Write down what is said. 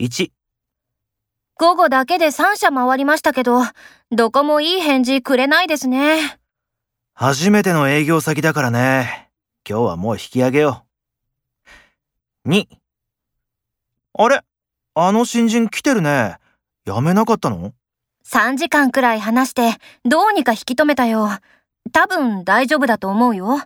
1、午後だけで3社回りましたけど、どこもいい返事くれないですね。初めての営業先だからね。今日はもう引き上げよう。2、あれあの新人来てるね。辞めなかったの3時間くらい話して、どうにか引き止めたよ。多分大丈夫だと思うよ。